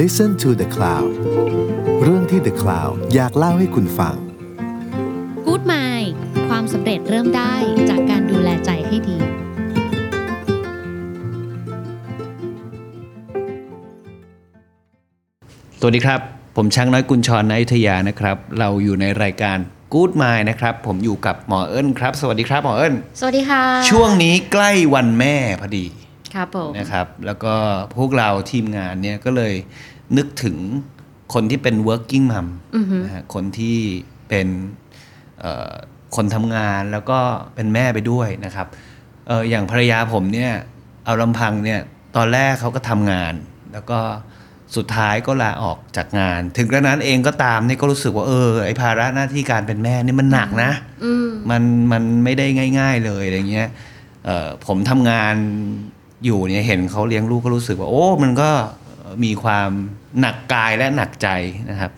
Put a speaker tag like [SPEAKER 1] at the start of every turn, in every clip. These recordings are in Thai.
[SPEAKER 1] Listen to the Cloud เรื่องที่ The Cloud อยากเล่าให้คุณฟัง
[SPEAKER 2] กู๊ดไมล์ความสำเร็จเริ่มได้จากการดูแลใจให้ดี
[SPEAKER 3] สวัสดีครับ ผมช้างน้อยกุญชรนายุทยานะครับ เราอยู่ในรายการ Good Mind นะครับ ผมอยู่กับหมอเอิญครับ สวัสดีครับหมอเอิญ
[SPEAKER 2] สวัสดีค่ะ
[SPEAKER 3] ช่วงนี้ใกล้วันแม่พอดี
[SPEAKER 2] ครับผม
[SPEAKER 3] นะครับ แล้วก็พวกเราทีมงานเนี่ยก็เลยนึกถึงคนที่เป็น working mom
[SPEAKER 2] อือหือ
[SPEAKER 3] นะฮะคนที่เป็นเอ่อคนทำงานแล้วก็เป็นแม่ไปด้วยนะครับเอออย่างภรรยาผมเนี่ยเอาลำพังเนี่ยตอนแรกเขาก็ทำงาน แล้วก็สุดท้ายก็ลาออกจากงาน ถึงกระนั้นเองก็ตามเนี่ยก็รู้สึกว่าเออไอภาระหน้าที่การเป็นแม่เนี่ยมันหนักนะ
[SPEAKER 2] อืม
[SPEAKER 3] มันมันไม่ได้ง่าย ๆเลยอะไรเงี้ยเอ่อผมทำงานอยู่เนี่ยเห็นเขาเลี้ยงลูกก็รู้สึกว่าโอ้ มันก็มีความหนักกายและหนักใจนะครับ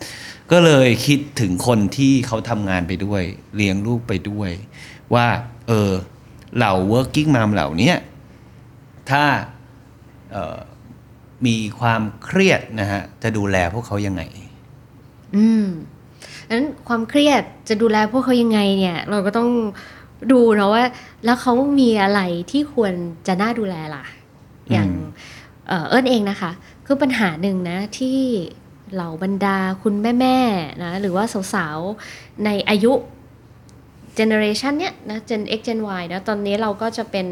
[SPEAKER 3] ก็เลยคิดถึงคนที่เขาทำงานไปด้วย เลี้ยงลูกไปด้วย ว่าเออเหล่า working mom เหล่าเนี้ยถ้าเอ่อมีความเครียดนะฮะจะดูแลพวกเขายังไง
[SPEAKER 4] อืมนั้นความเครียดจะดูแลพวกเขายังไงเนี่ย เราก็ต้องดูเนาะว่า แล้วเขามีอะไรที่ควรจะน่าดูแลล่ะ อย่าง
[SPEAKER 3] อืม
[SPEAKER 4] เอ่อเอิญเองนะคะ คือปัญหาหนึ่งนะที่เหล่าบรรดาคุณแม่ๆนะหรือว่าสาวๆ ในอายุเจเนอเรชันเนี้ยนะ Gen X Gen Y นะตอนนี้เราก็จะเป็น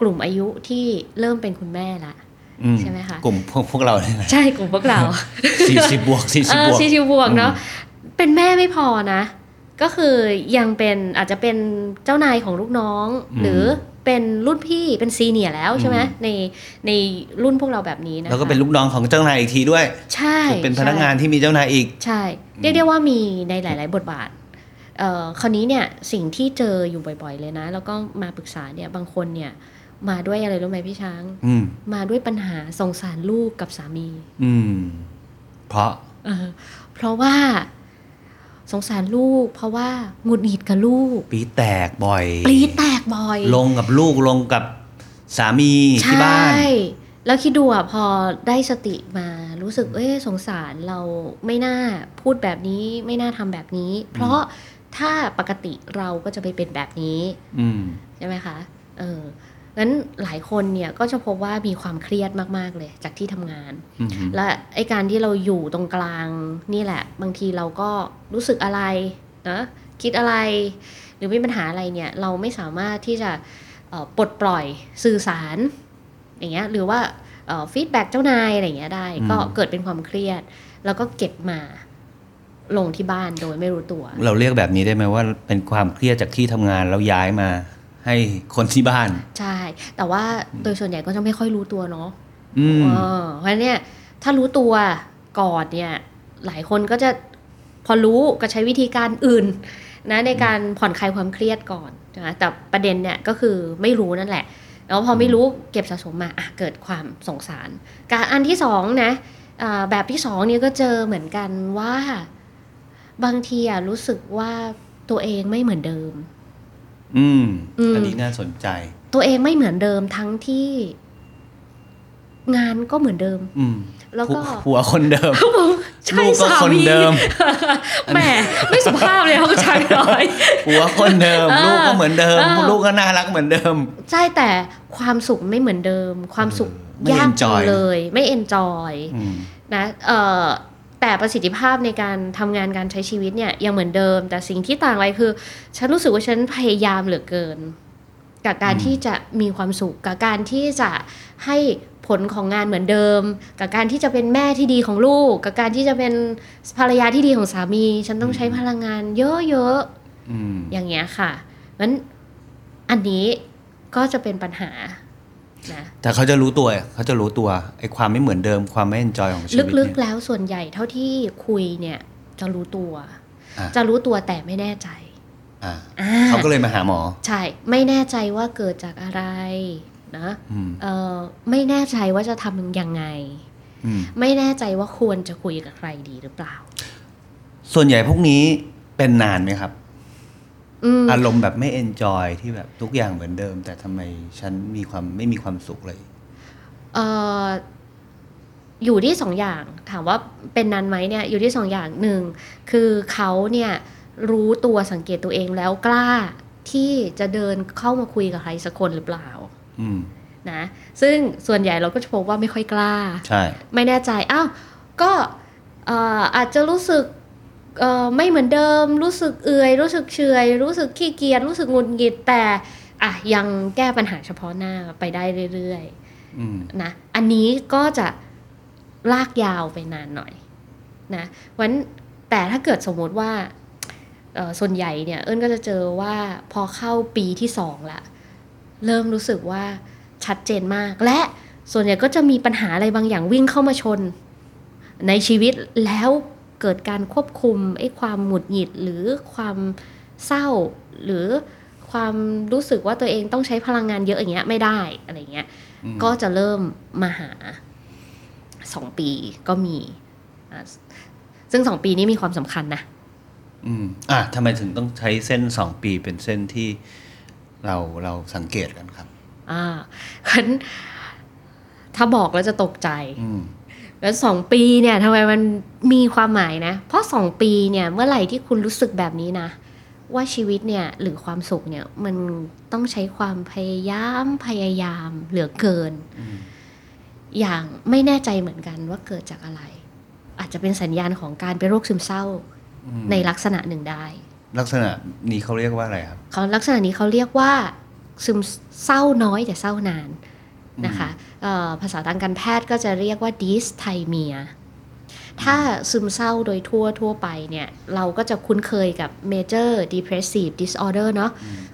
[SPEAKER 4] กลุ่มอายุที่เริ่มเป็นคุณแม่ละ
[SPEAKER 3] อื
[SPEAKER 4] ใช่ไหมคะ
[SPEAKER 3] กลุ่มพวกพวกเราเนี่ยนะ
[SPEAKER 4] ใช่กลุ่มพวกเรา
[SPEAKER 3] สี่สิบบวกสี่สิบบวก
[SPEAKER 4] สี่สิบบวกเนาะเป็นแม่ไม่พอนะ ก็คือยังเป็นอาจจะเป็นเจ้านายของลูกน้อง
[SPEAKER 3] อืม
[SPEAKER 4] หรือเป็นรุ่นพี่เป็นซีเนียร์แล้วใช่ไหม
[SPEAKER 3] อืม
[SPEAKER 4] ในในรุ่นพวกเราแบบนี้นะคะ
[SPEAKER 3] แล้วก็เป็นลูกน้องของเจ้านายอีกทีด้วย
[SPEAKER 4] ใช่
[SPEAKER 3] คือเป็นพนักงาน
[SPEAKER 4] ใช่
[SPEAKER 3] ที่มีเจ้านายอีก
[SPEAKER 4] ใช่ เรียกได้ว่ามีในหลาย ๆ บทบาทเอ่อคราวนี้เนี่ยสิ่งที่เจออยู่บ่อยๆเลยนะ แล้วก็มาปรึกษาเนี่ยบางคนเนี่ยมาด้วยอะไรรู้ไหมพี่ช้าง
[SPEAKER 3] อืม
[SPEAKER 4] มาด้วยปัญหาสงสารลูกกับสามี
[SPEAKER 3] อืม เพราะ
[SPEAKER 4] เออเพราะว่าสงสารลูก เพราะว่าหงุดหงิดกับลูก
[SPEAKER 3] ปีแตกบ่อย
[SPEAKER 4] ปรีดแตกบ่อย
[SPEAKER 3] ลงกับลูกลงกับสามี
[SPEAKER 4] ใช
[SPEAKER 3] ที่บ้า
[SPEAKER 4] ่
[SPEAKER 3] น
[SPEAKER 4] แล้วคิดดูอ่ะพอได้สติมารู้สึก เอ้ยสงสารเราไม่น่าพูดแบบนี้ ไม่น่าทำแบบนี้ เพราะถ้าปกติเราก็จะไปเป็นแบบนี้
[SPEAKER 3] อืม
[SPEAKER 4] ใช่ไหมคะ เอองั้นหลายคนเนี่ยก็จะพบว่ามีความเครียดมาก ๆ เลยจากที่ทำงาน
[SPEAKER 3] อืม
[SPEAKER 4] และไอการที่เราอยู่ตรงกลางนี่แหละ บางทีเราก็รู้สึกอะไรนะคิดอะไร หรือมีปัญหาอะไรเนี่ย เราไม่สามารถที่จะเอ่อปลดปล่อยสื่อสาร อย่างเงี้ยหรือว่าฟีดแบ็กเจ้านายอะไรอย่างเงี้ยได้ ก็เกิดเป็นความเครียด แล้วก็เก็บมาลงที่บ้านโดยไม่รู้ตัว
[SPEAKER 3] เราเรียกแบบนี้ได้ไหมว่าเป็นความเครียดจากที่ทำงานแล้วย้ายมา ให้คนที่บ้าน
[SPEAKER 4] ใช่ แต่ว่าโดยส่วนใหญ่ก็จะไม่ค่อยรู้ตัวเนาะ
[SPEAKER 3] อืม
[SPEAKER 4] เออเพราะฉะนั้นเนี่ยถ้ารู้ตัวก่อนเนี่ยหลายคนก็จะพอรู้ก็ใช้วิธีการอื่นนะในการผ่อนคลายความเครียดก่อนนะแต่ประเด็นเนี่ยก็คือไม่รู้นั่นแหละ แล้วพอไม่รู้เก็บสะสมมาอ่ะเกิดความสงสาร การอันที่สองนะอ่าแบบที่สองเนี่ยก็เจอเหมือนกันว่า บางทีอ่ะรู้สึกว่าตัวเองไม่เหมือนเดิม
[SPEAKER 3] อืม
[SPEAKER 4] อืม
[SPEAKER 3] อันนี้น่าสนใจ
[SPEAKER 4] ตัวเองไม่เหมือนเดิมทั้งที่งานก็เหมือนเดิม
[SPEAKER 3] อืม
[SPEAKER 4] แล้วก็
[SPEAKER 3] ผัวคนเดิม
[SPEAKER 4] ผมใช่
[SPEAKER 3] ลูกก็
[SPEAKER 4] สา
[SPEAKER 3] คน
[SPEAKER 4] มี
[SPEAKER 3] เดิม
[SPEAKER 4] แหมไม่สุภาพเลยเขาชายน้อย
[SPEAKER 3] ผัวคนเดิม
[SPEAKER 4] เออ
[SPEAKER 3] ลูกก็เหมือนเดิม
[SPEAKER 4] เออ
[SPEAKER 3] ลูกก็น่ารักเหมือนเดิม
[SPEAKER 4] ใช่แต่ความสุขไม่เหมือนเดิม ความสุข
[SPEAKER 3] ไม่
[SPEAKER 4] ยากจัง
[SPEAKER 3] enjoy
[SPEAKER 4] เลย ไม่เอนจอย
[SPEAKER 3] อืม
[SPEAKER 4] นะเอ่อแต่ประสิทธิภาพในการทำงานการใช้ชีวิตเนี่ยยังเหมือนเดิม แต่สิ่งที่ต่างไปคือ ฉันรู้สึกว่าฉันพยายามเหลือเกิน กับการ
[SPEAKER 3] อืม
[SPEAKER 4] ที่จะมีความสุข กับการที่จะให้ผลของงานเหมือนเดิม กับการที่จะเป็นแม่ที่ดีของลูก กับการที่จะเป็นภรรยาที่ดีของสามี ฉันต้องใช้พลังงานเยอะๆ
[SPEAKER 3] อืม
[SPEAKER 4] อย่างเงี้ยค่ะงั้นอันนี้ก็จะเป็นปัญหานะ
[SPEAKER 3] แต่เขาจะรู้ตัว เขาจะรู้ตัวไอ้ความไม่เหมือนเดิมความไม่ enjoy ของชีวิต
[SPEAKER 4] ลึ
[SPEAKER 3] เนี่ย
[SPEAKER 4] กๆแล้วส่วนใหญ่เท่าที่คุยเนี่ยจะรู้ตัว
[SPEAKER 3] อ่ะ
[SPEAKER 4] จะรู้ตัวแต่ไม่แน่ใจ
[SPEAKER 3] อ่า
[SPEAKER 4] อ่
[SPEAKER 3] เขาก็เลยมาหาหมอ
[SPEAKER 4] ใช่ ไม่แน่ใจว่าเกิดจากอะไรนะ
[SPEAKER 3] อืม
[SPEAKER 4] เออไม่แน่ใจว่าจะทำยังไง
[SPEAKER 3] อืม
[SPEAKER 4] ไม่แน่ใจว่าควรจะคุยกับใครดีหรือเปล่า
[SPEAKER 3] ส่วนใหญ่พวกนี้เป็นนานไหมครับ
[SPEAKER 4] อืม
[SPEAKER 3] อารมณ์แบบไม่ enjoy ที่แบบทุกอย่างเหมือนเดิม แต่ทำไมฉันมีความไม่มีความสุขเลย
[SPEAKER 4] เอ่อ อยู่ที่สองอย่างถามว่าเป็นนานไหมเนี่ยอยู่ที่สองอย่างหนึ่งคือเขาเนี่ยรู้ตัวสังเกตตัวเองแล้วกล้าที่จะเดินเข้ามาคุยกับใครสักคนหรือเปล่า
[SPEAKER 3] อืม
[SPEAKER 4] นะซึ่งส่วนใหญ่เราก็จะพบว่าไม่ค่อยกล้า
[SPEAKER 3] ใช่
[SPEAKER 4] ไม่แน่ใจ อ้าว ก็เอ่ออาจจะรู้สึกเอ่อไม่เหมือนเดิม รู้สึกเอื่อย รู้สึกเฉอยรู้สึกขี้เกียจ รู้สึกหงุดหงิด แต่อ่ะยังแก้ปัญหาเฉพาะหน้าไปได้เรื่อย
[SPEAKER 3] อืม
[SPEAKER 4] ๆนะ อันนี้ก็จะลากยาวไปนานหน่อยนะวันแต่ถ้าเกิดสมมติว่าเอ่อส่วนใหญ่เนี่ย เอิญก็จะเจอว่าพอเข้าปีที่สองละ เริ่มรู้สึกว่าชัดเจนมาก และส่วนใหญ่ก็จะมีปัญหาอะไรบางอย่างวิ่งเข้ามาชน ในชีวิตแล้วเกิดการควบคุมไอ้ความหงุดหงิดหรือความเศร้า หรือความรู้สึกว่าตัวเองต้องใช้พลังงานเยอะอย่างเงี้ยไม่ได้อะไรเงี้ย
[SPEAKER 3] อืม
[SPEAKER 4] ก็จะเริ่มมาหาสองปีก็มีอ่ะซึ่งสองปีนี้มีความสำคัญนะ
[SPEAKER 3] อืมอ่ะทำไมถึงต้องใช้เส้นสองปีเป็นเส้นที่เราเราสังเกตกันครับ
[SPEAKER 4] อ่า งั้นถ้าบอกแล้วจะตกใจ
[SPEAKER 3] อืม
[SPEAKER 4] แล้วสองปีเนี่ยทำไมมันมีความหมายนะ เพราะสองปีเนี่ยเมื่อไหร่ที่คุณรู้สึกแบบนี้นะ ว่าชีวิตเนี่ยหรือความสุขเนี่ยมันต้องใช้ความพยายามพยายามเหลือเกิน
[SPEAKER 3] อืม
[SPEAKER 4] อย่างไม่แน่ใจเหมือนกันว่าเกิดจากอะไร อาจจะเป็นสัญญาณของการเป็นโรคซึมเศร้า
[SPEAKER 3] อืม
[SPEAKER 4] ในลักษณะหนึ่งได้
[SPEAKER 3] ลักษณะนี้เขาเรียกว่าอะไรครับ
[SPEAKER 4] เขาลักษณะนี้เขาเรียกว่าซึมเศร้าน้อยแต่เศร้านานนะคะเอ่อภาษาทางการแพทย์ก็จะเรียกว่า dysthymia ถ้าซึมเศร้าโดยทั่วทั่วไปเนี่ย เราก็จะคุ้นเคยกับ major depressive disorder เนาะ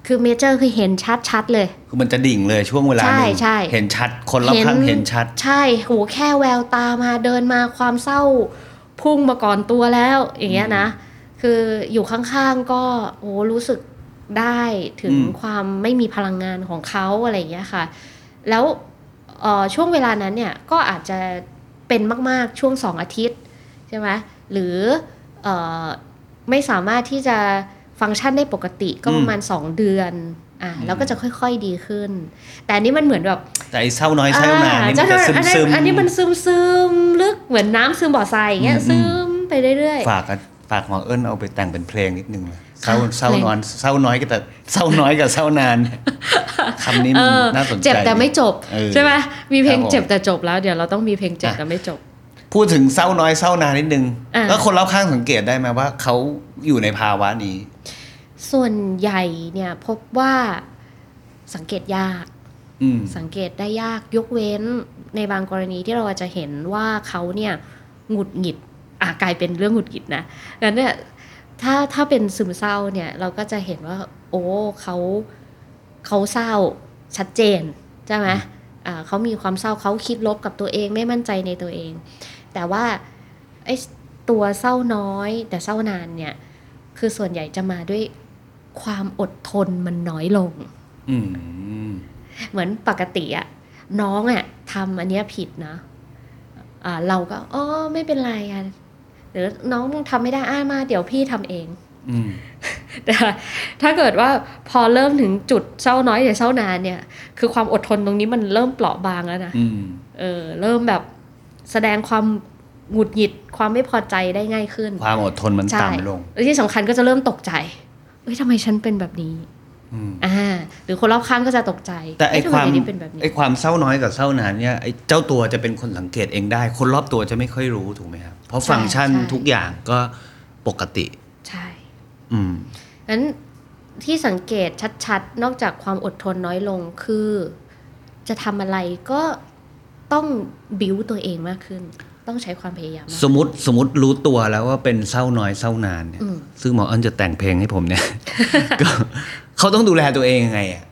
[SPEAKER 4] คือ major คือเห็นชัดชัดๆเลย
[SPEAKER 3] คือมันจะดิ่งเลยช่วงเวลาหนึ่ง
[SPEAKER 4] ใช่ใช่
[SPEAKER 3] เห็นชัดคนรอบข้างเห็นชัด
[SPEAKER 4] ใช่โหแค่แววตามาเดินมาความเศร้าพุ่งมาก่อนตัวแล้วอย่างเงี้ยนะ คืออยู่ข้างๆก็โหรู้สึกได้ถึง
[SPEAKER 3] อืม
[SPEAKER 4] ความไม่มีพลังงานของเขาอะไรอย่างเงี้ยค่ะ แล้วเอ่อช่วงเวลานั้นเนี่ยก็อาจจะเป็นมากๆช่วงสองอาทิตย์ใช่ไหมหรือเออไม่สามารถที่จะฟังก์ชันได้ปกติก็ประมาณ 2 เดือนอ่ะแล้วก็จะค่อยๆดีขึ้น แต่อันนี้มันเหมือนแบบ
[SPEAKER 3] แต่ไอ้เศร้าน้อยเศร้านานนี่มันจะซึม
[SPEAKER 4] อ่า
[SPEAKER 3] ซึม
[SPEAKER 4] อันนั้นอันนี้มันซึมซึมลึกเหมือนน้ำซึมบ่อทรายอย่างเงี้ย
[SPEAKER 3] อืม
[SPEAKER 4] ซึมไปเรื่อย
[SPEAKER 3] ฝากอะฝากหมอเอิญเอาไปแต่งเป็นเพลงนิดนึงเลยเศร้า
[SPEAKER 4] ค่ะ
[SPEAKER 3] เศร้า
[SPEAKER 4] เพลง
[SPEAKER 3] นอนเศร้าน้อยกับแต่เศร้าน้อยกับเศร้านาน เนี่ยคำนี้
[SPEAKER 4] ๆเอ
[SPEAKER 3] มัน
[SPEAKER 4] อ
[SPEAKER 3] น่าสนใจ
[SPEAKER 4] เจ็บแต่ไม่จบ
[SPEAKER 3] เออ
[SPEAKER 4] ใช่ไหมมีเพลง
[SPEAKER 3] ครับผม
[SPEAKER 4] เจ็บแต่จบแล้วเดี๋ยวเราต้องมีเพลงเจ็บ
[SPEAKER 3] อ่ะ
[SPEAKER 4] แต่ไม่จบ
[SPEAKER 3] พูดถึงเศร้าน้อยเศร้านานนิดนึง
[SPEAKER 4] อ่า
[SPEAKER 3] แล้วคนรอบข้างสังเกตได้ไหมว่าเขาอยู่ในภาวะนี้
[SPEAKER 4] ส่วนใหญ่เนี่ยพบว่าสังเกตยาก
[SPEAKER 3] อืม
[SPEAKER 4] สังเกตได้ยากยกเว้นในบางกรณีที่เราอาจจะเห็นว่าเขาเนี่ยหงุดหงิดอ่ะกลายเป็นเรื่องหงุดหงิดนะงั้นเนี่ยถ้าถ้าเป็นซึมเศร้าเนี่ยเราก็จะเห็นว่า โอ้เขาเขาเศร้าชัดเจนใช่ไหมอ่าเขามีความเศร้าเขาคิดลบกับตัวเองไม่มั่นใจในตัวเอง แต่ว่าไอ้ตัวเศร้าน้อยแต่เศร้านานเนี่ยคือส่วนใหญ่จะมาด้วยความอดทนมันน้อยลง
[SPEAKER 3] อืม
[SPEAKER 4] เหมือนปกติอะน้องอะทำอันเนี้ยผิดนะอ่าเราก็อ๋อไม่เป็นไรอะหรือน้องทำไม่ได้อ้ามา เดี๋ยวพี่ทำเอง
[SPEAKER 3] อืม
[SPEAKER 4] แต่ถ้าเกิดว่าพอเริ่มถึงจุดเศร้าน้อยแต่เศร้านานเนี่ย คือความอดทนตรงนี้มันเริ่มเปราะบางแล้วนะ
[SPEAKER 3] อืม
[SPEAKER 4] เออเริ่มแบบแสดงความหงุดหงิดความไม่พอใจได้ง่ายขึ้น
[SPEAKER 3] ความอดทนมัน
[SPEAKER 4] ใช่
[SPEAKER 3] ต่ำลง
[SPEAKER 4] และที่สำคัญก็จะเริ่มตกใจเอ้ยทำไมฉันเป็นแบบนี้
[SPEAKER 3] อืม
[SPEAKER 4] อ่าหรือคนรอบข้างก็จะตกใจ
[SPEAKER 3] แต่ไอ้
[SPEAKER 4] เยทำ
[SPEAKER 3] ค
[SPEAKER 4] ม
[SPEAKER 3] วาม
[SPEAKER 4] เดี๋ยวนี้เป็นแบบนี้
[SPEAKER 3] ไอ้ความเศร้าน้อยกับเศร้านานเนี่ยไอ้เจ้าตัวจะเป็นคนสังเกตเองได้ คนรอบตัวจะไม่ค่อยรู้ถูกไหมครับ เพราะ
[SPEAKER 4] ใช่
[SPEAKER 3] ฟังก์ชัน
[SPEAKER 4] ใช่
[SPEAKER 3] ทุกอย่างก็ปกติ
[SPEAKER 4] ใช่
[SPEAKER 3] อืม
[SPEAKER 4] นั้นที่สังเกตชัดๆ นอกจากความอดทนน้อยลงคือ จะทำอะไรก็ต้องบิวตัวเองมากขึ้น ต้องใช้ความพยายามมาก
[SPEAKER 3] สมมติสมมติรู้ตัวแล้วว่าเป็นเศร้าน้อยเศร้านานเนี่ย
[SPEAKER 4] อืม
[SPEAKER 3] ซึ่งหมอเอิญจะแต่งเพลงให้ผม เนี่ย ก็เขาต้องดูแลตัวเองยังไงอะ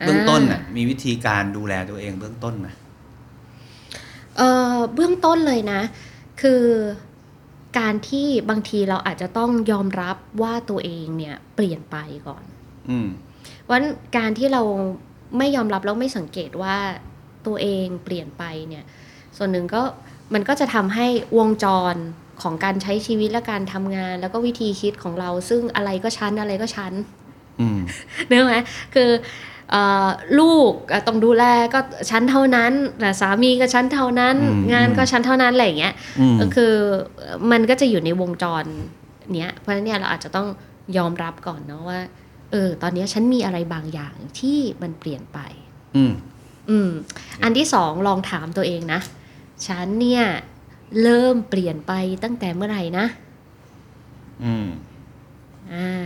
[SPEAKER 3] เบื้องต้นอ่ะ มีวิธีการดูแลตัวเองเบื้องต้นไหม
[SPEAKER 4] เอ่อเบื้องต้นเลยนะ คือการที่บางทีเราอาจจะต้องยอมรับว่าตัวเองเนี่ยเปลี่ยนไปก่อน
[SPEAKER 3] อืม
[SPEAKER 4] วันการที่เราไม่ยอมรับแล้วไม่สังเกตว่าตัวเองเปลี่ยนไปเนี่ย ส่วนหนึ่งก็มันก็จะทำให้วงจรของการใช้ชีวิตและการทำงาน แล้วก็วิธีคิดของเรา ซึ่งอะไรก็ชั้นอะไรก็ชั้น
[SPEAKER 3] อืม
[SPEAKER 4] เนื้อไหมคือ เอ่อลูกอ่ะต้องดูแลก็ชั้นเท่านั้นแต่สามีก็ชั้นเท่านั้น
[SPEAKER 3] อืม
[SPEAKER 4] งานก็ชั้นเท่านั้นอะไรอย่างเงี้ย
[SPEAKER 3] อืม
[SPEAKER 4] ก็คือมันก็จะอยู่ในวงจรเนี้ย เพราะฉะนั้นเนี่ยเราอาจจะต้องยอมรับก่อนเนาะว่า เออ ตอนเนี้ยฉันมีอะไรบางอย่างที่มันเปลี่ยนไป
[SPEAKER 3] อืม
[SPEAKER 4] อืม อันที่สองลองถามตัวเองนะ ฉันเนี่ยเริ่มเปลี่ยนไปตั้งแต่เมื่อไหร่นะ
[SPEAKER 3] อืม
[SPEAKER 4] อ่า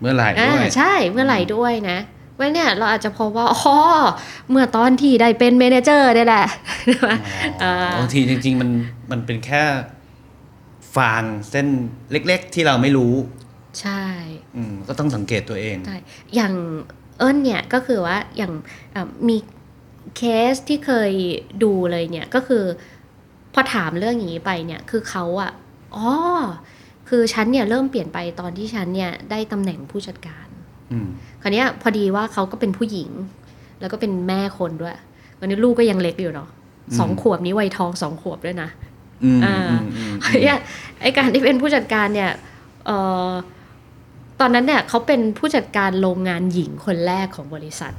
[SPEAKER 3] เมื่อไหร่ด้
[SPEAKER 4] อ่า
[SPEAKER 3] วย
[SPEAKER 4] ใช่เมื่อไหร่ด้วยนะเพราะฉะนั้นเนี่ยเราอาจจะพบว่าอ๋อเมื่อตอนที่ได้เป็นเมเนเจอร์ได้แหละ
[SPEAKER 3] อ๋อ
[SPEAKER 4] อ่า
[SPEAKER 3] บางทีจริง ๆ มันมันเป็นแค่ฟางเส้นเล็ก ๆ ที่เราไม่รู้
[SPEAKER 4] ใช่
[SPEAKER 3] อืมก็ต้องสังเกตตัวเอง
[SPEAKER 4] ใช่ อย่างเอิญเนี่ยก็คือว่าอย่างเอ่อมีเคสที่เคยดูเลยเนี่ยก็คือพอถามเรื่องอย่างนี้ไปเนี่ยคือเขาอะอ๋อคือฉันเนี่ยเริ่มเปลี่ยนไปตอนที่ฉันเนี่ยได้ตำแหน่งผู้จัดการ
[SPEAKER 3] อืม
[SPEAKER 4] คราวเนี้ยพอดีว่าเขาก็เป็นผู้หญิง แล้วก็เป็นแม่คนด้วยวันนี้ลูกก็ยังเล็กอยู่เนาะ
[SPEAKER 3] อืม
[SPEAKER 4] สองขวบนี้วัยทองสองขวบด้วยนะ
[SPEAKER 3] อืม
[SPEAKER 4] อ่า
[SPEAKER 3] อืมอืม
[SPEAKER 4] ไอ้เนี่ยไอการที่เป็นผู้จัดการเนี่ยเออตอนนั้นเนี่ยเขาเป็นผู้จัดการโรงงานหญิงคนแรกของบริษัท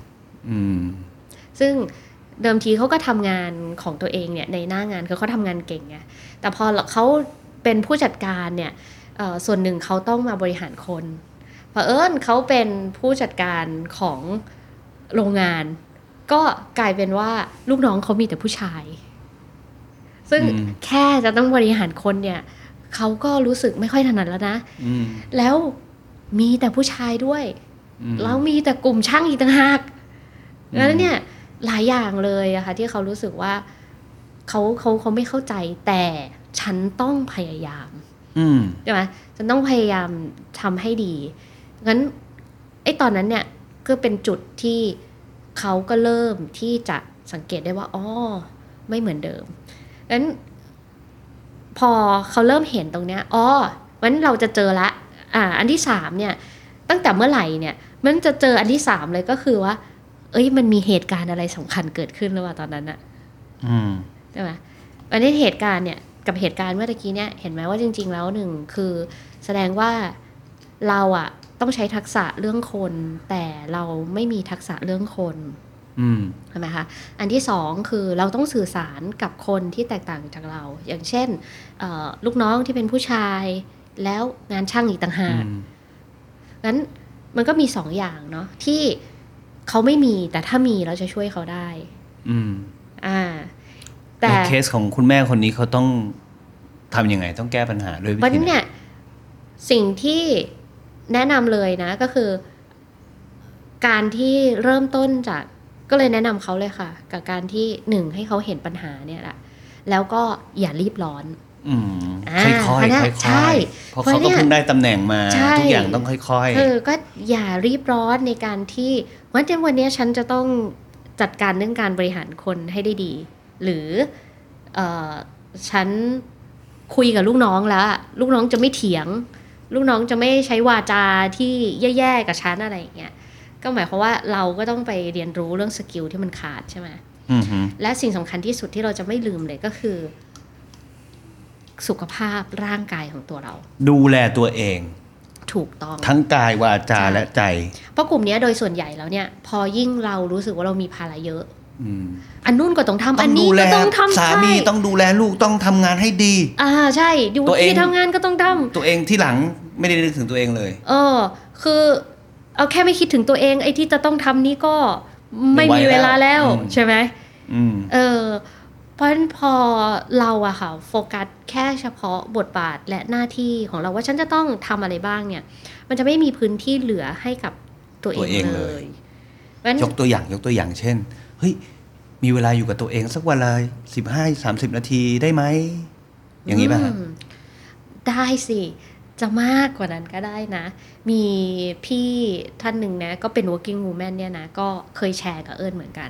[SPEAKER 3] อืม
[SPEAKER 4] ซึ่งเดิมทีเขาก็ทำงานของตัวเองเนี่ยในหน้างานคือเขาทำงานเก่งไงแต่พอเขาเป็นผู้จัดการเนี่ยเอ่อส่วนหนึ่งเขาต้องมาบริหารคนเผอิญเขาเป็นผู้จัดการของโรงงาน ก็กลายเป็นว่าลูกน้องเขามีแต่ผู้ชาย ซึ่ง
[SPEAKER 3] อืม
[SPEAKER 4] แค่จะต้องบริหารคนเนี่ยเขาก็รู้สึกไม่ค่อยถนัดแล้วนะ
[SPEAKER 3] อืม
[SPEAKER 4] แล้วมีแต่ผู้ชายด้วย
[SPEAKER 3] อืม
[SPEAKER 4] แล้วมีแต่กลุ่มช่างอีกต่างหาก
[SPEAKER 3] อืม
[SPEAKER 4] แล้วเนี่ยหลายอย่างเลยอะค่ะที่เขารู้สึกว่าเขาเขาเขาไม่เข้าใจแต่ฉันต้องพยายาม
[SPEAKER 3] อืม
[SPEAKER 4] ใช่ไหมฉันต้องพยายามทำให้ดีงั้นไอ้ตอนนั้นเนี่ยก็เป็นจุดที่เขาก็เริ่มที่จะสังเกตได้ว่าอ๋อไม่เหมือนเดิมงั้นพอเขาเริ่มเห็นตรงเนี้ยอ๋องั้นเราจะเจอละ อ่า อันที่สามเนี่ย ตั้งแต่เมื่อไหร่เนี่ย มันจะเจออันที่สามเลยก็คือว่า เอ้ยมันมีเหตุการณ์อะไรสำคัญเกิดขึ้นหรือเปล่าตอนนั้นอะ
[SPEAKER 3] อืม
[SPEAKER 4] ใช่ไหมอันนี้เหตุการณ์เนี่ยกับเหตุการณ์เมื่อตะกี้เนี่ยเห็นไหมว่าจริง ๆ แล้วหนึ่งคือแสดงว่าเราอะต้องใช้ทักษะเรื่องคน แต่เราไม่มีทักษะเรื่องคน
[SPEAKER 3] อืม
[SPEAKER 4] ใช่ไหมคะอันที่สองคือเราต้องสื่อสารกับคนที่แตกต่างจากเรา อย่างเช่นเอ่อลูกน้องที่เป็นผู้ชายแล้วงานช่างอีกต่างหาก งั้นมันก็มีสองอย่างเนาะที่เขาไม่มีแต่ถ้ามีเราจะช่วยเขาได้
[SPEAKER 3] อืม
[SPEAKER 4] อ่า
[SPEAKER 3] แต่
[SPEAKER 4] แต่
[SPEAKER 3] เคสของคุณแม่คนนี้เขาต้องทำยังไงต้องแก้ปัญหาด้วยวิ
[SPEAKER 4] เพราะ
[SPEAKER 3] ธี
[SPEAKER 4] ฉะนั้น
[SPEAKER 3] ไหน
[SPEAKER 4] เนี่ยสิ่งที่แนะนำเลยนะก็คือ การที่เริ่มต้นจากก็เลยแนะนำเขาเลยค่ะ กับการที่หนึ่งให้เขาเห็นปัญหาเนี่ยแหละแล้วก็อย่ารีบร้อน
[SPEAKER 3] อืม
[SPEAKER 4] อ่า
[SPEAKER 3] ค่อยๆค่อย
[SPEAKER 4] เพราะ
[SPEAKER 3] ๆเพ
[SPEAKER 4] เนี่ยใช่
[SPEAKER 3] ราะเขา
[SPEAKER 4] เพ
[SPEAKER 3] ก็
[SPEAKER 4] ราะเนี่ย
[SPEAKER 3] เพิ่งได้ตำแหน่งมา
[SPEAKER 4] ใช่
[SPEAKER 3] ทุกอย่างต้องค่อย
[SPEAKER 4] เออก็อย่ารีบร้อนในการที่วันเดียววันเนี้ยฉันจะต้องจัดการเรื่องการบริหารคนให้ได้ดี หรือเออฉันคุยกับลูกน้องแล้วอะลูกน้องจะไม่เถียง ลูกน้องจะไม่ใช้วาจาที่แย่ๆกับฉันอะไรอย่างเงี้ยก็หมายความว่าเราก็ต้องไปเรียนรู้เรื่องสกิลที่มันขาดใช่ไหม
[SPEAKER 3] ๆ อืมฮึ
[SPEAKER 4] และสิ่งสำคัญที่สุดที่เราจะไม่ลืมเลยก็คือ สุขภาพร่างกายของตัวเรา
[SPEAKER 3] ดูแลตัวเอง
[SPEAKER 4] ถูกต้อง
[SPEAKER 3] ทั้งกายวาจา
[SPEAKER 4] ใช่
[SPEAKER 3] และใจ
[SPEAKER 4] เพราะกลุ่มเนี้ยโดยส่วนใหญ่แล้วเนี่ย พอยิ่งเรารู้สึกว่าเรามีภาระเยอะ
[SPEAKER 3] อืม
[SPEAKER 4] อันนู่นก็ต้องทำ
[SPEAKER 3] ต้
[SPEAKER 4] อั
[SPEAKER 3] อง
[SPEAKER 4] น
[SPEAKER 3] ดู
[SPEAKER 4] นี้
[SPEAKER 3] แล
[SPEAKER 4] ก็ต้องทำ
[SPEAKER 3] สามี
[SPEAKER 4] ใช่
[SPEAKER 3] ต้องดูแลลูกต้องทำงานให้ดี
[SPEAKER 4] อ่าใช่อยู่
[SPEAKER 3] ตัวเอง
[SPEAKER 4] ที่ทำงานก็ต้องทำ
[SPEAKER 3] ตัวเองที่หลังไม่ได้นึกถึงตัวเองเลย
[SPEAKER 4] เออ คือเอาแค่ไม่คิดถึงตัวเองไอ้ที่จะต้องทำนี่ก็ไม่มีเวลาแล้ว
[SPEAKER 3] ไม่ไหวแล้วอืม
[SPEAKER 4] ใช่ไหม
[SPEAKER 3] อืม
[SPEAKER 4] เออเพราะฉะนั้นพอเราอะค่ะโฟกัสแค่เฉพาะบทบาทและหน้าที่ของเราว่าฉันจะต้องทำอะไรบ้างเนี่ย มันจะไม่มีพื้นที่เหลือให้กับตัวเอ
[SPEAKER 3] ตัวเอง
[SPEAKER 4] ง
[SPEAKER 3] เล
[SPEAKER 4] เลย ยเพราะฉะนั้น
[SPEAKER 3] ยกตัวอย่างยกตัวอย่างเช่นเฮ้ยมีเวลาอยู่กับตัวเองสักวันละสิบห้าสามสิบนาทีได้ไหม อย่างนี้ป่ะฮะ
[SPEAKER 4] อืมได้สิจะมากกว่านั้นก็ได้นะ มีพี่ท่านหนึ่งนะก็เป็น working woman เนี่ยนะก็เคยแชร์กับเอิญเหมือนกัน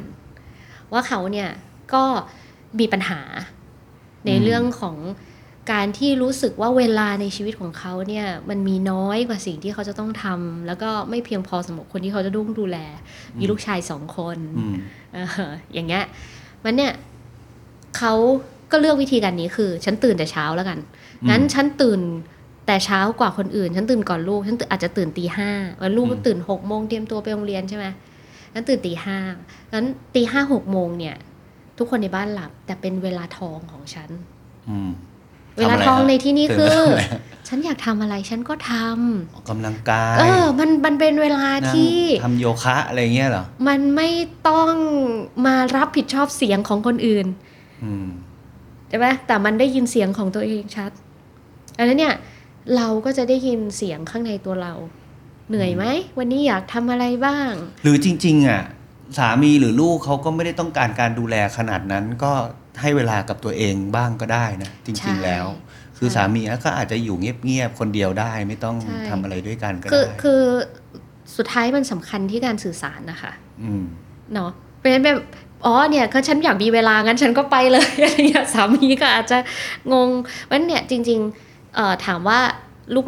[SPEAKER 4] ว่าเขาเนี่ยก็มีปัญหาในเรื่องของการที่รู้สึกว่าเวลาในชีวิตของเขาเนี่ยมันมีน้อยกว่าสิ่งที่เขาจะต้องทำแล้วก็ไม่เพียงพอสำหรับคนที่เขาจะต้องดูแล มีลูกชายสองคน
[SPEAKER 3] อืม
[SPEAKER 4] เอออย่างเงี้ยมันเนี่ยเขาก็เลือกวิธีการนี้คือ ฉันตื่นแต่เช้าแล้วกันงั้นฉันตื่นแต่เช้ากว่าคนอื่น ฉันตื่นก่อนลูก ฉันตื่นอาจจะตื่นตีห้าวันลูกก็ตื่นหกโมงเตรียมตัวไปโรงเรียนใช่ไหม นั้นตื่นตีห้านั้นตีห้าหกโมงเนี่ย ทุกคนในบ้านหลับ แต่เป็นเวลาทองของฉัน
[SPEAKER 3] อืม
[SPEAKER 4] เวลาทองในที่นี่คือ
[SPEAKER 3] ตื่มาทำะไร
[SPEAKER 4] ฉันอยากทำอะไรฉันก็ทำ
[SPEAKER 3] ออกกำลังกาย
[SPEAKER 4] เออ มันมันเป็นเวลา
[SPEAKER 3] นั่ง
[SPEAKER 4] ที่
[SPEAKER 3] ทำโยคะอะไรเงี้ยเหรอ
[SPEAKER 4] มันไม่ต้องมารับผิดชอบเสียงของคนอื่น
[SPEAKER 3] อืม
[SPEAKER 4] ใช่ไหมแต่มันได้ยินเสียงของตัวเองชัด อันนั้นเนี่ยเราก็จะได้ยินเสียงข้างในตัวเรา เหนื่อยไหม วันนี้อยากทำอะไรบ้าง
[SPEAKER 3] หรือจริงๆอ่ะสามีหรือลูกเขาก็ไม่ได้ต้องการการดูแลขนาดนั้น ก็ให้เวลากับตัวเองบ้างก็ได้นะ จ
[SPEAKER 4] ใช่
[SPEAKER 3] ริง ๆแล้ว คือสามีก็อาจจะอยู่เงียบๆคนเดียวได้ ไม่ต้อง
[SPEAKER 4] ใช่
[SPEAKER 3] ทำอะไรด้วยกันก็
[SPEAKER 4] คื
[SPEAKER 3] ได้
[SPEAKER 4] อคือสุดท้ายมันสำคัญที่การสื่อสารนะคะ
[SPEAKER 3] ม
[SPEAKER 4] เนาะเพราะฉะนั้นแบบอ๋อเนี่ยก็ฉันอยากมีเวลางั้นฉันก็ไปเลย อะไรเงี้ยสามีก็อาจจะงงวันเนี่ยจริงๆเอ่อถามว่า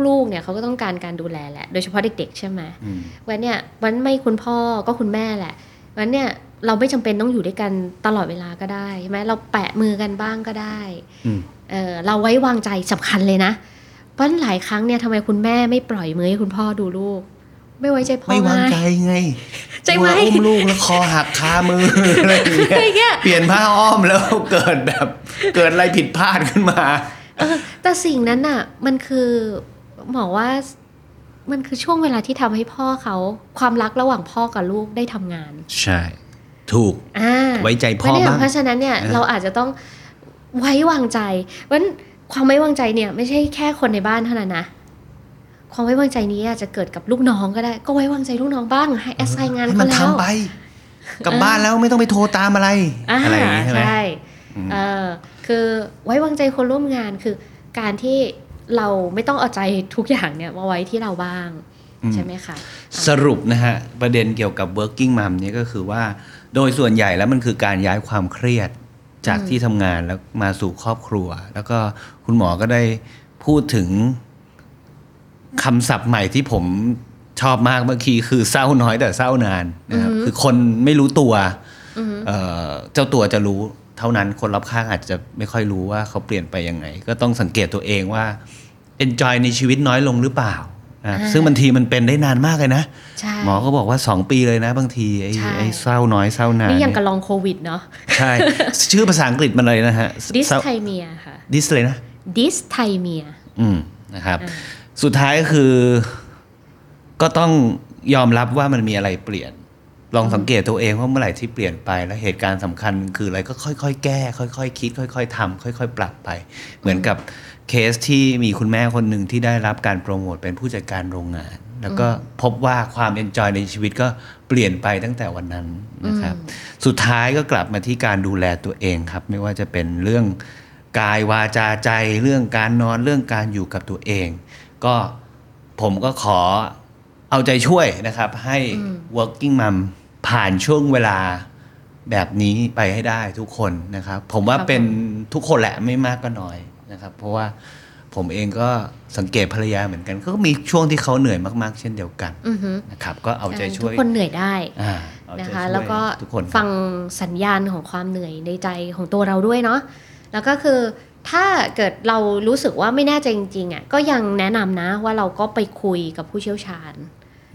[SPEAKER 4] ลูกๆเนี่ยเขาก็ต้องการการดูแลแหละโดยเฉพาะเด็กๆใช่ไหม
[SPEAKER 3] อืม
[SPEAKER 4] วันเนี่ยวันไม่คุณพ่อก็คุณแม่แหละวันเนี่ยเราไม่จำเป็นต้องอยู่ด้วยกันตลอดเวลาก็ได้ใช่ไหมเราแปะมือกันบ้างก็ได้
[SPEAKER 3] อืม
[SPEAKER 4] เออเราไว้วางใจสำคัญเลยนะเพราะหลายครั้งเนี่ยทำไมคุณแม่ไม่ปล่อยมือให้คุณพ่อดูลูก ไม่ไว้ใจพ่อ
[SPEAKER 3] ไม่วางใจ
[SPEAKER 4] ง่ย
[SPEAKER 3] ไง
[SPEAKER 4] ใจไหม
[SPEAKER 3] กลัวอุ้มลูกแล้วคอหักคามือ อะไรอย่างเงี้ย
[SPEAKER 4] อะไรเงี้ย
[SPEAKER 3] เปลี่ยนผ้าอ้อมแล้วเกิดแบบ เกิดอะไรผิดพลาดขึ้นมา
[SPEAKER 4] เออแต่สิ่งนั้นน่ะมันคือหมอว่ามันคือช่วงเวลาที่ทำให้พ่อเขาความรักระหว่างพ่อกับลูกได้ทำงาน
[SPEAKER 3] ใช่ ถูก
[SPEAKER 4] อ่า
[SPEAKER 3] ไว้ใจพ่อ
[SPEAKER 4] ไม่ได้
[SPEAKER 3] บ้าง
[SPEAKER 4] เพราะฉะนั้นเนี่ย
[SPEAKER 3] เออ
[SPEAKER 4] เราอาจจะต้องไว้วางใจเพราะฉะนั้นความไว้วางใจเนี่ย ไม่ใช่แค่คนในบ้านเท่านั้นนะความไว้วางใจนี้อาจจะเกิดกับลูกน้องก็ได้ ก็ไว้วางใจลูกน้องบ้างให้แอสไซน์งาน
[SPEAKER 3] ให้
[SPEAKER 4] ก็
[SPEAKER 3] มัน
[SPEAKER 4] แล้ว
[SPEAKER 3] ทำไป กลับบ้านแล้วไม่ต้องไปโทรตามอะไร
[SPEAKER 4] อ่า
[SPEAKER 3] อะไรอย่างงี้ใช่ไหม
[SPEAKER 4] ใช่
[SPEAKER 3] อืม
[SPEAKER 4] เออคือไว้วางใจคนร่วมงานคือการที่เราไม่ต้องเอาใจทุกอย่างเนี่ยมาไว้ที่เราบ้าง
[SPEAKER 3] อืม
[SPEAKER 4] ใช่ไหมคะ
[SPEAKER 3] สรุปนะฮะ ประเด็นเกี่ยวกับ working mom เนี่ยก็คือว่า โดยส่วนใหญ่แล้วมันคือการย้ายความเครียดจากที่ทำงานแล้วมาสู่ครอบครัว แล้วก็คุณหมอก็ได้พูดถึงคำศัพท์ใหม่ที่ผมชอบมากเมื่อกี้คือเศร้าน้อยแต่เศร้านานนะครับคือคนไม่รู้ตัว
[SPEAKER 4] อือฮึ
[SPEAKER 3] เอ่อเจ้าตัวจะรู้เท่านั้นคนรอบข้างอาจจะไม่ค่อยรู้ว่าเขาเปลี่ยนไปยังไง ก็ต้องสังเกตตัวเองว่า enjoy ในชีวิตน้อยลงหรือเปล่านะครับซึ่งบางทีมันเป็นได้นานมากเลยนะ
[SPEAKER 4] ใช่
[SPEAKER 3] หมอก็บอกว่า 2 ปีเลยนะ บางทีไอ้
[SPEAKER 4] ใช่
[SPEAKER 3] ไอ้เศร้าน้อยเศร้านาน
[SPEAKER 4] นี่ยัง
[SPEAKER 3] เ
[SPEAKER 4] กับลองโควิดเนาะ
[SPEAKER 3] ใช่ ชื่อภาษาอังกฤษมันเลยนะฮะ
[SPEAKER 4] ดิส
[SPEAKER 3] เศร้า
[SPEAKER 4] ไทเมียค่ะ
[SPEAKER 3] ดิสเลยนะ
[SPEAKER 4] ดิสไทเมีย
[SPEAKER 3] อืมนะครับ
[SPEAKER 4] อ่า
[SPEAKER 3] สุดท้ายก็คือก็ต้องยอมรับว่ามันมีอะไรเปลี่ยน ลองสังเกตตัวเองว่าเมื่อไหร่ที่เปลี่ยนไปแล้วเหตุการณ์สำคัญมันคืออะไรก็ค่อยๆ แก้ ค่อยๆ คิด ค่อย ๆทำค่อย ๆ ปรับไป เหมือนกับเคสที่มีคุณแม่คนหนึ่งที่ได้รับการโปรโมทเป็นผู้จัดการโรงงาน แล้วก็พบว่าความเอนจอยในชีวิตก็เปลี่ยนไปตั้งแต่วันนั้นนะครับ สุดท้ายก็กลับมาที่การดูแลตัวเองครับ ไม่ว่าจะเป็นเรื่องกายวาจาใจเรื่องการนอนเรื่องการอยู่กับตัวเอง ก็ผมก็ขอเอาใจช่วยนะครับ ให้
[SPEAKER 4] อืม
[SPEAKER 3] working mom ผ่านช่วงเวลาแบบนี้ไปให้ได้ทุกคนนะครับ ผมว่า
[SPEAKER 4] ครับ
[SPEAKER 3] เป็น
[SPEAKER 4] ผ
[SPEAKER 3] ทุกคนแหละไม่มากก็น้อยนะครับ เพราะว่าผมเองก็สังเกตภรรยาเหมือนกันก็มีช่วงที่เขาเหนื่อยมากๆ เช่นเดียวกัน
[SPEAKER 4] อือฮึ
[SPEAKER 3] นะครับ ก็เอาใจช่วย
[SPEAKER 4] ทุกคนเหนื่อยได้
[SPEAKER 3] อ่าเอาใจ
[SPEAKER 4] นะ
[SPEAKER 3] ช่
[SPEAKER 4] คะ
[SPEAKER 3] วย
[SPEAKER 4] แล้วก็
[SPEAKER 3] ทุกคน
[SPEAKER 4] ฟังสัญญาณของความเหนื่อยในใจของตัวเราด้วยเนาะแล้วก็คือถ้าเกิดเรารู้สึกว่าไม่แน่ใจจริงๆอ่ะก็ยังแนะนำนะว่าเราก็ไปคุยกับผู้เชี่ยวชาญ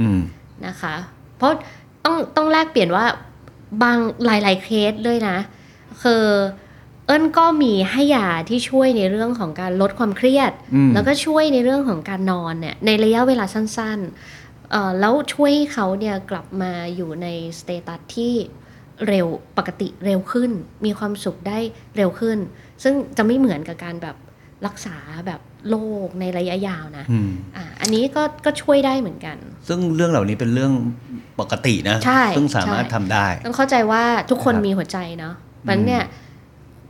[SPEAKER 3] อืม
[SPEAKER 4] นะคะ เพราะต้องต้องแลกเปลี่ยนว่าบางหลาย ๆเคสด้วยนะ คือเอิ้นก็มีให้ยาที่ช่วยในเรื่องของการลดความเครียด
[SPEAKER 3] อืม
[SPEAKER 4] แล้วก็ช่วยในเรื่องของการนอนเนี่ยในระยะเวลาสั้นๆเอ่อแล้วช่วยให้เขาเนี่ยกลับมาอยู่ในสเตตัสที่เร็วปกติเร็วขึ้น มีความสุขได้เร็วขึ้น ซึ่งจะไม่เหมือนกับการแบบรักษาแบบโรคในระยะยาวนะ
[SPEAKER 3] อืม
[SPEAKER 4] อ่ะอันนี้ก็ก็ช่วยได้เหมือนกัน
[SPEAKER 3] ซึ่งเรื่องเหล่านี้เป็นเรื่องปกตินะ
[SPEAKER 4] ใช่
[SPEAKER 3] ซึ่งสามารถ
[SPEAKER 4] ใช่
[SPEAKER 3] ทำได้
[SPEAKER 4] ต้องเข้าใจว่าทุกคน
[SPEAKER 3] ครับ
[SPEAKER 4] มีหัวใจเนาะมันเนี่ย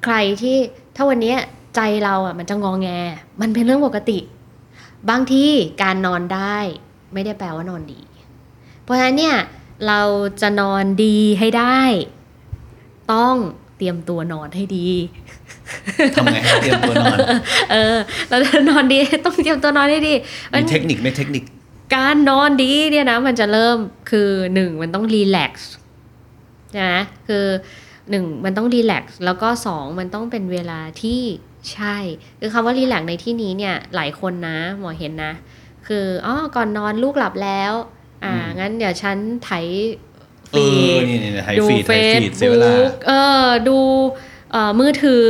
[SPEAKER 4] ใครที่ถ้าวันเนี้ยใจเราอ่ะมันจะงองแง มันเป็นเรื่องปกติ บางทีการนอนได้ ไม่ได้แปลว่านอนดี เพราะฉะนั้นเนี่ยเราจะนอนดีให้ได้ ต้องเตรียมตัวนอนให้ดี
[SPEAKER 3] ทำไงให้เตรียมตัวนอน
[SPEAKER 4] เออ เราจะนอนดี ต้องเตรียมตัวนอนให้ดี
[SPEAKER 3] มี
[SPEAKER 4] น
[SPEAKER 3] เทคนิคไหม่เทคนิค
[SPEAKER 4] การนอนดีเนี่ยนะมันจะเริ่มคือหนึ่งมันต้องรีแลกซ์นะคือหนึ่งมันต้องรีแลกซ์แล้วก็สองมันต้องเป็นเวลาที่ใช่ คือคำว่ารีแลกซ์ในที่นี้เนี่ยหลายคนนะหมอเห็นนะ คืออ๋อก่อนนอนลูกหลับแล้ว อ่า
[SPEAKER 3] อืม
[SPEAKER 4] งั้นเดี๋ยวฉันไถ
[SPEAKER 3] เออนี่นี่ไฮ
[SPEAKER 4] ดู
[SPEAKER 3] ฟีด
[SPEAKER 4] เฟ
[SPEAKER 3] ไฮ
[SPEAKER 4] ซ
[SPEAKER 3] ฟีดเสียเว
[SPEAKER 4] บุ๊
[SPEAKER 3] ลา
[SPEAKER 4] กเออดูเอ่อมือถือ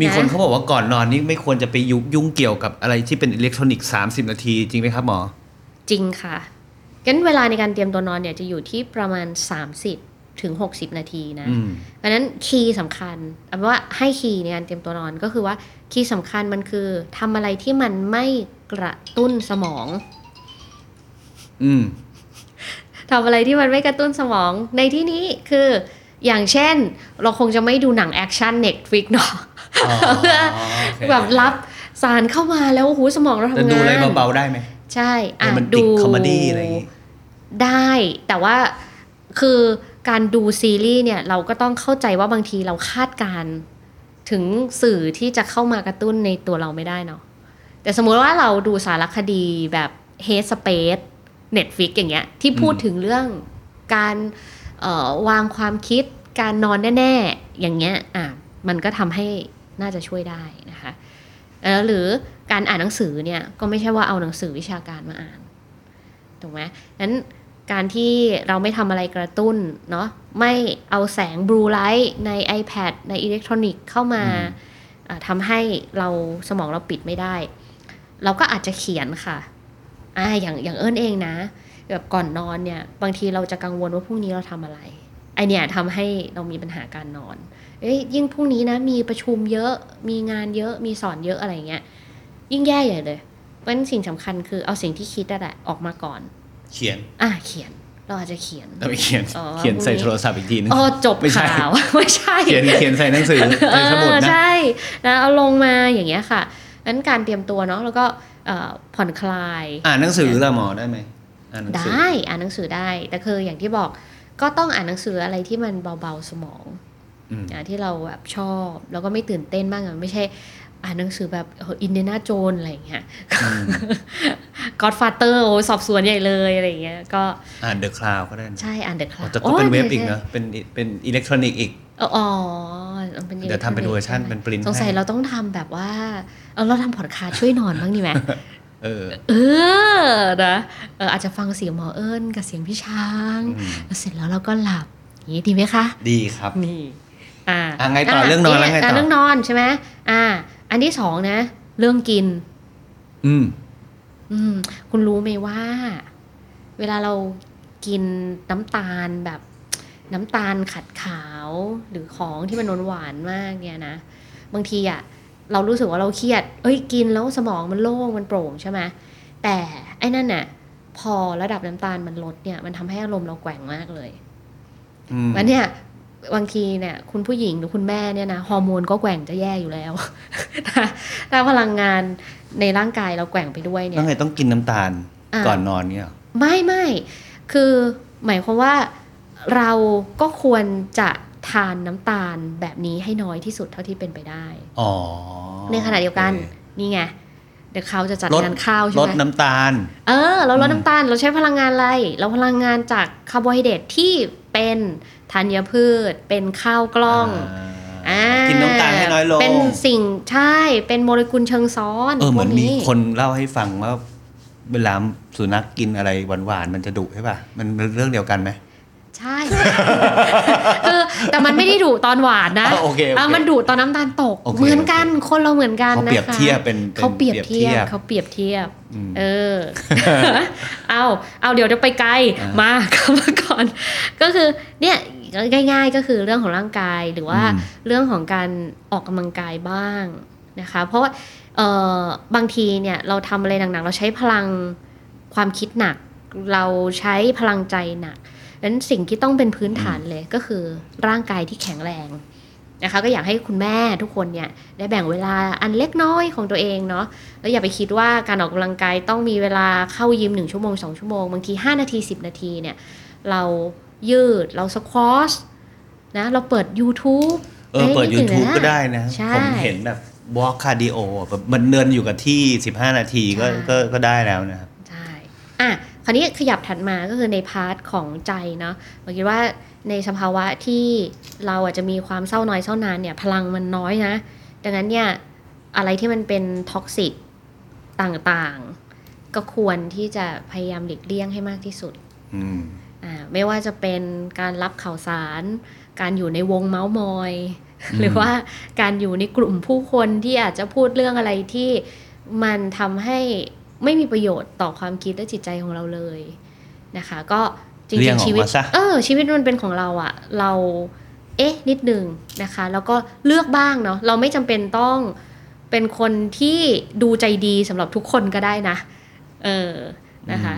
[SPEAKER 3] มีคน
[SPEAKER 4] นะ
[SPEAKER 3] เขาบอกว่าก่อนนอนนี่ไม่ควรจะไปยุ่งยุ่งเกี่ยวกับอะไรที่เป็นอิเล็กทรอนิกส์30 นาทีจริงไหมครับหมอ
[SPEAKER 4] จริงค่ะงั้นเวลาในการเตรียมตัวนอนเนี่ยจะอยู่ที่ประมาณ 30ถึง60 นาทีนะ
[SPEAKER 3] อืม
[SPEAKER 4] เพราะฉะนั้นคีย์สำคัญเอาเป็นว่าให้คีย์ในการเตรียมตัวนอนก็คือว่าคีย์สำคัญมันคือทำอะไรที่มันไม่กระตุ้นสมอง
[SPEAKER 3] อืม
[SPEAKER 4] ทำอะไรที่มันไม่กระตุ้นสมองในที่นี้คืออย่างเช่น เราคงจะไม่ดูหนังแอคชั่นเน็ตฟิก เนาะ
[SPEAKER 3] อ๋อ
[SPEAKER 4] เพื่อ
[SPEAKER 3] โอเค
[SPEAKER 4] แบบรับสารเข้ามาแล้วโอ้โหสมองเราทำ
[SPEAKER 3] แต่
[SPEAKER 4] งาน
[SPEAKER 3] ดูอะไรเบาๆได้ไหม
[SPEAKER 4] ใช่
[SPEAKER 3] โร
[SPEAKER 4] อ่ะ
[SPEAKER 3] แมนติ
[SPEAKER 4] ดู
[SPEAKER 3] กคอมเมดี้อะไรอย่างงี้
[SPEAKER 4] ได้แต่ว่าคือการดูซีรีส์เนี่ยเราก็ต้องเข้าใจว่าบางทีเราคาดการณ์ถึงสื่อที่จะเข้ามากระตุ้นในตัวเราไม่ได้เนาะแต่สมมุติว่าเราดูสารคดีแบบเฮสเปซเน็ตฟิกอย่างเงี้ยที่พูด
[SPEAKER 3] อืม
[SPEAKER 4] ถึงเรื่องการเอ่อวางความคิดการนอนแน่ ๆ อย่างเงี้ยอ่ะมันก็ทำให้น่าจะช่วยได้นะคะแล้วหรือการอ่านหนังสือเนี่ยก็ไม่ใช่ว่าเอาหนังสือวิชาการมาอ่าน ถูกไหมนั้นการที่เราไม่ทำอะไรกระตุ้นเนาะ ไม่เอาแสงบลูไลท์ใน iPad ในอิเล็กทรอนิกส์เข้ามา
[SPEAKER 3] อืม
[SPEAKER 4] เอ่อทำให้เราสมองเราปิดไม่ได้ เราก็อาจจะเขียนค่ะอ่าอย่างอย่างเอิญเองนะ แบบก่อนนอนเนี่ย บางทีเราจะกังวลว่าพรุ่งนี้เราทำอะไร ไอเนี่ยทำให้เรามีปัญหาการนอน เอ้ยยิ่งพรุ่งนี้นะ มีประชุมเยอะ มีงานเยอะ มีสอนเยอะอะไรเงี้ย ยิ่งแย่ใหญ่เลย เพราะฉะนั้นสิ่งสำคัญคือเอาสิ่งที่คิดนั่นแหละออกมาก่อน
[SPEAKER 3] เขียน
[SPEAKER 4] อ่ะเขียนเราอาจจะเขียน
[SPEAKER 3] แล้วไปเขียน
[SPEAKER 4] อ๋อ
[SPEAKER 3] เขียนใส่โทรศัพท์อีกทีนึง
[SPEAKER 4] โอ้จบ
[SPEAKER 3] ไม่ใช่
[SPEAKER 4] ข่าว ไม่ใช่
[SPEAKER 3] เขียน เขียนใส่หนังสือ
[SPEAKER 4] เอ
[SPEAKER 3] ใส่สมุด
[SPEAKER 4] อ
[SPEAKER 3] นะ
[SPEAKER 4] ใช่นะเอาลงมาอย่างเงี้ยค่ะนั้นการเตรียมตัวเนาะแล้วก็เอ่อผ่อนคลาย
[SPEAKER 3] อ่านหนังสือละหมอได้ไหมอ่านหนังสือ
[SPEAKER 4] ได้อ่านหนังสือได้ แต่คืออย่างที่บอกก็ต้องอ่านหนังสืออะไรที่มันเบาๆสมอง
[SPEAKER 3] อืม
[SPEAKER 4] อ่ะที่เราแบบชอบ แล้วก็ไม่ตื่นเต้นบ้างอะไม่ใช่ อ่านหนังสือแบบอินเดนาโจนอะไรอย่างเงี้ย
[SPEAKER 3] อืม
[SPEAKER 4] ก็อดฟาเตอร์โอ้สอบสวนใหญ่เลยอะไรอย่างเงี้ยก็
[SPEAKER 3] อ่านเดอะคลาวก็ได้นะ
[SPEAKER 4] ใช่อ่านเดอะคลา
[SPEAKER 3] โอ้แต่ก็เป็นเว็บอีกนะเป็นเป็นอิเล็กทรอนิกส์อีก
[SPEAKER 4] อ๋อมัน
[SPEAKER 3] เดี๋ยวทำเป็นเวอร์ชัน
[SPEAKER 4] electronic
[SPEAKER 3] เป็นปรินท์
[SPEAKER 4] สงสัย
[SPEAKER 3] ให้
[SPEAKER 4] เราต้องทำแบบว่าเออเราทำผ่อนคลายช่วยนอนบ้างดีไหม
[SPEAKER 3] เออ
[SPEAKER 4] เออนะเอออาจจะฟังเสียงหมอเอิญกับเสียงพี่ช้าง
[SPEAKER 3] อืม
[SPEAKER 4] แล้วเสร็จแล้วเราก็หลับอย่างนี้ดีไหมคะ
[SPEAKER 3] ดีครับ
[SPEAKER 4] นี่ อ่า
[SPEAKER 3] อ่ะไงต่อเรื่องนอนแล้วไงต่อ
[SPEAKER 4] เรื่องนอนใช่ไหมอ่า อันที่สองนะ เรื่องกิน
[SPEAKER 3] อืม
[SPEAKER 4] อืม คุณรู้ไหมว่า เวลาเรากินน้ำตาลแบบ น้ำตาลขัดขาวหรือของที่มันนหวานๆมากเนี่ยนะ บางทีอะเรารู้สึกว่าเราเครียด เอ้ยกินแล้วสมองมันโล่งมันโปร่งใช่ไหมแต่ไอ้นั่นน่ะ พอระดับน้ำตาลมันลดเนี่ย มันทำให้อารมณ์เราแกว่งมากเลย
[SPEAKER 3] อืม
[SPEAKER 4] วันเนี่ยบางทีเนี่ยคุณผู้หญิงหรือคุณแม่เนี่ยนะฮอร์โมนก็แกว่งจะแย่อยู่แล้ว ถ้าถ้าพลังงานในร่างกายเราแกว่งไปด้วยเนี่
[SPEAKER 3] ต้อย งไงต้องกินน้ำตาล
[SPEAKER 4] อ่า
[SPEAKER 3] ก่อนนอนเนี่ยเหรอ
[SPEAKER 4] ไม่ไม่คือหมายความว่าเราก็ควรจะทานน้ำตาลแบบนี้ให้น้อยที่สุดเท่าที่เป็นไปได้
[SPEAKER 3] อ๋อ
[SPEAKER 4] ในขณะเดียวกัน
[SPEAKER 3] โอค
[SPEAKER 4] นี่ไงเดี๋ยวเขาจะจัด
[SPEAKER 3] ลด
[SPEAKER 4] งานข้าวใช่
[SPEAKER 3] ลด
[SPEAKER 4] ไหม
[SPEAKER 3] น้ำตาล
[SPEAKER 4] เออเราล
[SPEAKER 3] อื
[SPEAKER 4] ด
[SPEAKER 3] ม
[SPEAKER 4] น้ำตาลเราใช้พลังงานอะไร เราพลังงานจากคาร์โบไฮเดรตที่เป็นธัญพืช เป็นข้าวกล้อง
[SPEAKER 3] อ่า
[SPEAKER 4] อ่า
[SPEAKER 3] กินน้ำตาลให้น้อยลง
[SPEAKER 4] เป็นสิ่งใช่ เป็นโมเลกุลเชิงซ้อน
[SPEAKER 3] เออเหมือน
[SPEAKER 4] พวก
[SPEAKER 3] มีคนเล่าให้ฟังว่า เวลาสุนัขกินอะไรหวานๆมันจะดุใช่ป่ะ มันเป็นเรื่องเดียวกันไหม
[SPEAKER 4] ใช่ คือแต่มันไม่ได้ดุตอนหวานนะ
[SPEAKER 3] อ่ะโอเคโอเค
[SPEAKER 4] มันดุตอนน้ำตาลตก
[SPEAKER 3] โอเค
[SPEAKER 4] เหมือนกันคนเราเหมือนกัน
[SPEAKER 3] เขา
[SPEAKER 4] นะคะ
[SPEAKER 3] เปรียบเทียบเป็นน
[SPEAKER 4] เขาเปรียบเทียบเขาเปรียบเทียบ
[SPEAKER 3] อืม
[SPEAKER 4] เออ เอาเอาเดี๋ยวจะไปไกล
[SPEAKER 3] อ่าม
[SPEAKER 4] าก ลับมาก่อน ก็คือ เนี่ยง่ายๆก็คือเรื่องของร่างกายหรือว่า
[SPEAKER 3] อืม
[SPEAKER 4] เรื่องของการออกกำลังกายบ้างนะคะ เพราะว่าเออบางทีเนี่ยเราทำอะไรหนักๆเราใช้พลังความคิดหนัก เราใช้พลังใจหนักดังนั้นสิ่งที่ต้องเป็นพื้นฐานเลยก็คือร่างกายที่แข็งแรงนะคะ ก็อยากให้คุณแม่ทุกคนเนี่ยได้แบ่งเวลาอันเล็กน้อยของตัวเองเนาะ แล้วอย่าไปคิดว่าการออกกำลังกายต้องมีเวลาเข้ายิม 1 ชั่วโมง 2 ชั่วโมง บางที 5 นาที 10 นาทีเนี่ยเรายืดเราสควอชนะ เราเปิด YouTube
[SPEAKER 3] เออเปิด
[SPEAKER 4] อ้ยนึถึง
[SPEAKER 3] YouTube
[SPEAKER 4] แล้ว
[SPEAKER 3] ก็ได้นะ
[SPEAKER 4] ใช่
[SPEAKER 3] ผมเห็นแบบวอล์คคาร์ดิโอแบบมันเดินอยู่กับที่ 15 นาทีก็
[SPEAKER 4] ใช่
[SPEAKER 3] ก็ก็ได้แล้วนะครับ
[SPEAKER 4] ใช่ อ่ะ คราวนี้ขยับถัดมาก็คือในพาร์ทของใจเนาะผมคิดว่าในสภาวะที่เราอาจจะมีความเศร้าน้อยเศร้านานเนี่ย พลังมันน้อยนะ ดังนั้นเนี่ย อะไรที่มันเป็นท็อกซิกต่างๆ ก็ควรที่จะพยายามหลีกเลี่ยงให้มากที่สุด
[SPEAKER 3] อืม
[SPEAKER 4] อ่า ไม่ว่าจะเป็นการรับข่าวสาร การอยู่ในวงเมาส์มอย หรือว่าการอยู่ในกลุ่มผู้คนที่อาจจะพูดเรื่องอะไรที่มันทำให้ไม่มีประโยชน์ต่อความคิดและจิตใจของเราเลยนะคะ ก็จ
[SPEAKER 3] เลี่
[SPEAKER 4] ริ
[SPEAKER 3] ยงออก
[SPEAKER 4] งๆชีวิต
[SPEAKER 3] มาซะ
[SPEAKER 4] เออชีวิตมันเป็นของเราอะเราเอ๊ะนิดนึงนะคะ แล้วก็เลือกบ้างเนาะเราไม่จำเป็นต้องเป็นคนที่ดูใจดีสำหรับทุกคนก็ได้นะเออนะคะ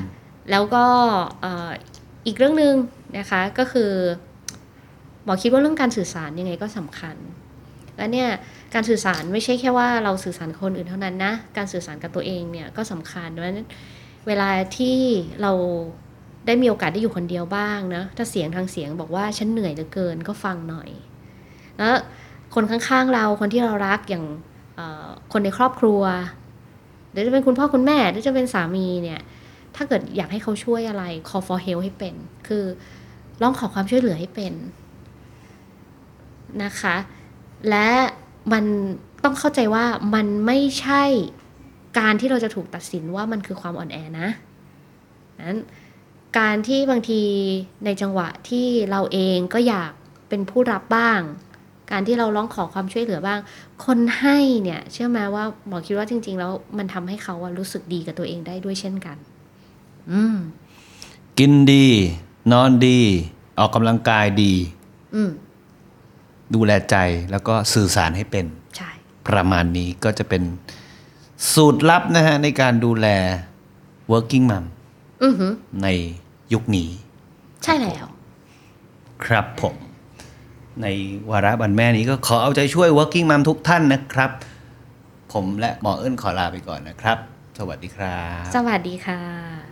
[SPEAKER 4] แล้วก็เอ่ออีกเรื่องหนึ่งนะคะก็คือหมอคิดว่าเรื่องการสื่อสารยังไงก็สำคัญ และเนี่ยการสื่อสารไม่ใช่แค่ว่าเราสื่อสารกับคนอื่นเท่านั้นนะการสื่อสารกับตัวเองเนี่ยก็สำคัญเพราะฉะนั้นเวลาที่เราได้มีโอกาสได้อยู่คนเดียวบ้างนะถ้าเสียงทางเสียงบอกว่าฉันเหนื่อยเหลือเกินก็ฟังหน่อยแล้วคนข้างๆเราคนที่เรารักอย่างเอ่อคนในครอบครัวหรือจะเป็นคุณพ่อคุณแม่หรือจะเป็นสามีเนี่ย ถ้าเกิดอยากให้เขาช่วยอะไร call for help ให้เป็น คือร้องขอความช่วยเหลือให้เป็นนะคะ และมันต้องเข้าใจว่ามันไม่ใช่การที่เราจะถูกตัดสินว่ามันคือความอ่อนแอนะนั้นการที่บางทีในจังหวะที่เราเองก็อยากเป็นผู้รับบ้าง การที่เราร้องขอความช่วยเหลือบ้าง คนให้เนี่ยเชื่อไหมว่าหมอคิดว่าจริง ๆ แล้วมันทำให้เขาอะรู้สึกดีกับตัวเองได้ด้วยเช่นกัน อืม
[SPEAKER 3] กินดี นอนดี ออกกำลังกายดี
[SPEAKER 4] อืม
[SPEAKER 3] ดูแลใจแล้วก็สื่อสารให้เป็น
[SPEAKER 4] ใช่
[SPEAKER 3] ประมาณนี้ก็จะเป็นสูตรลับนะฮะ ในการดูแล working mom
[SPEAKER 4] อือหือ
[SPEAKER 3] ในยุคนี้
[SPEAKER 4] ใช่แล้ว
[SPEAKER 3] ครับผม ในวาระบันแม่นี้ก็ขอเอาใจช่วย working mom ทุกท่านนะครับ ผมและหมอเอิญขอลาไปก่อนนะครับ สวัสดีครับ
[SPEAKER 4] สวัสดีค่ะ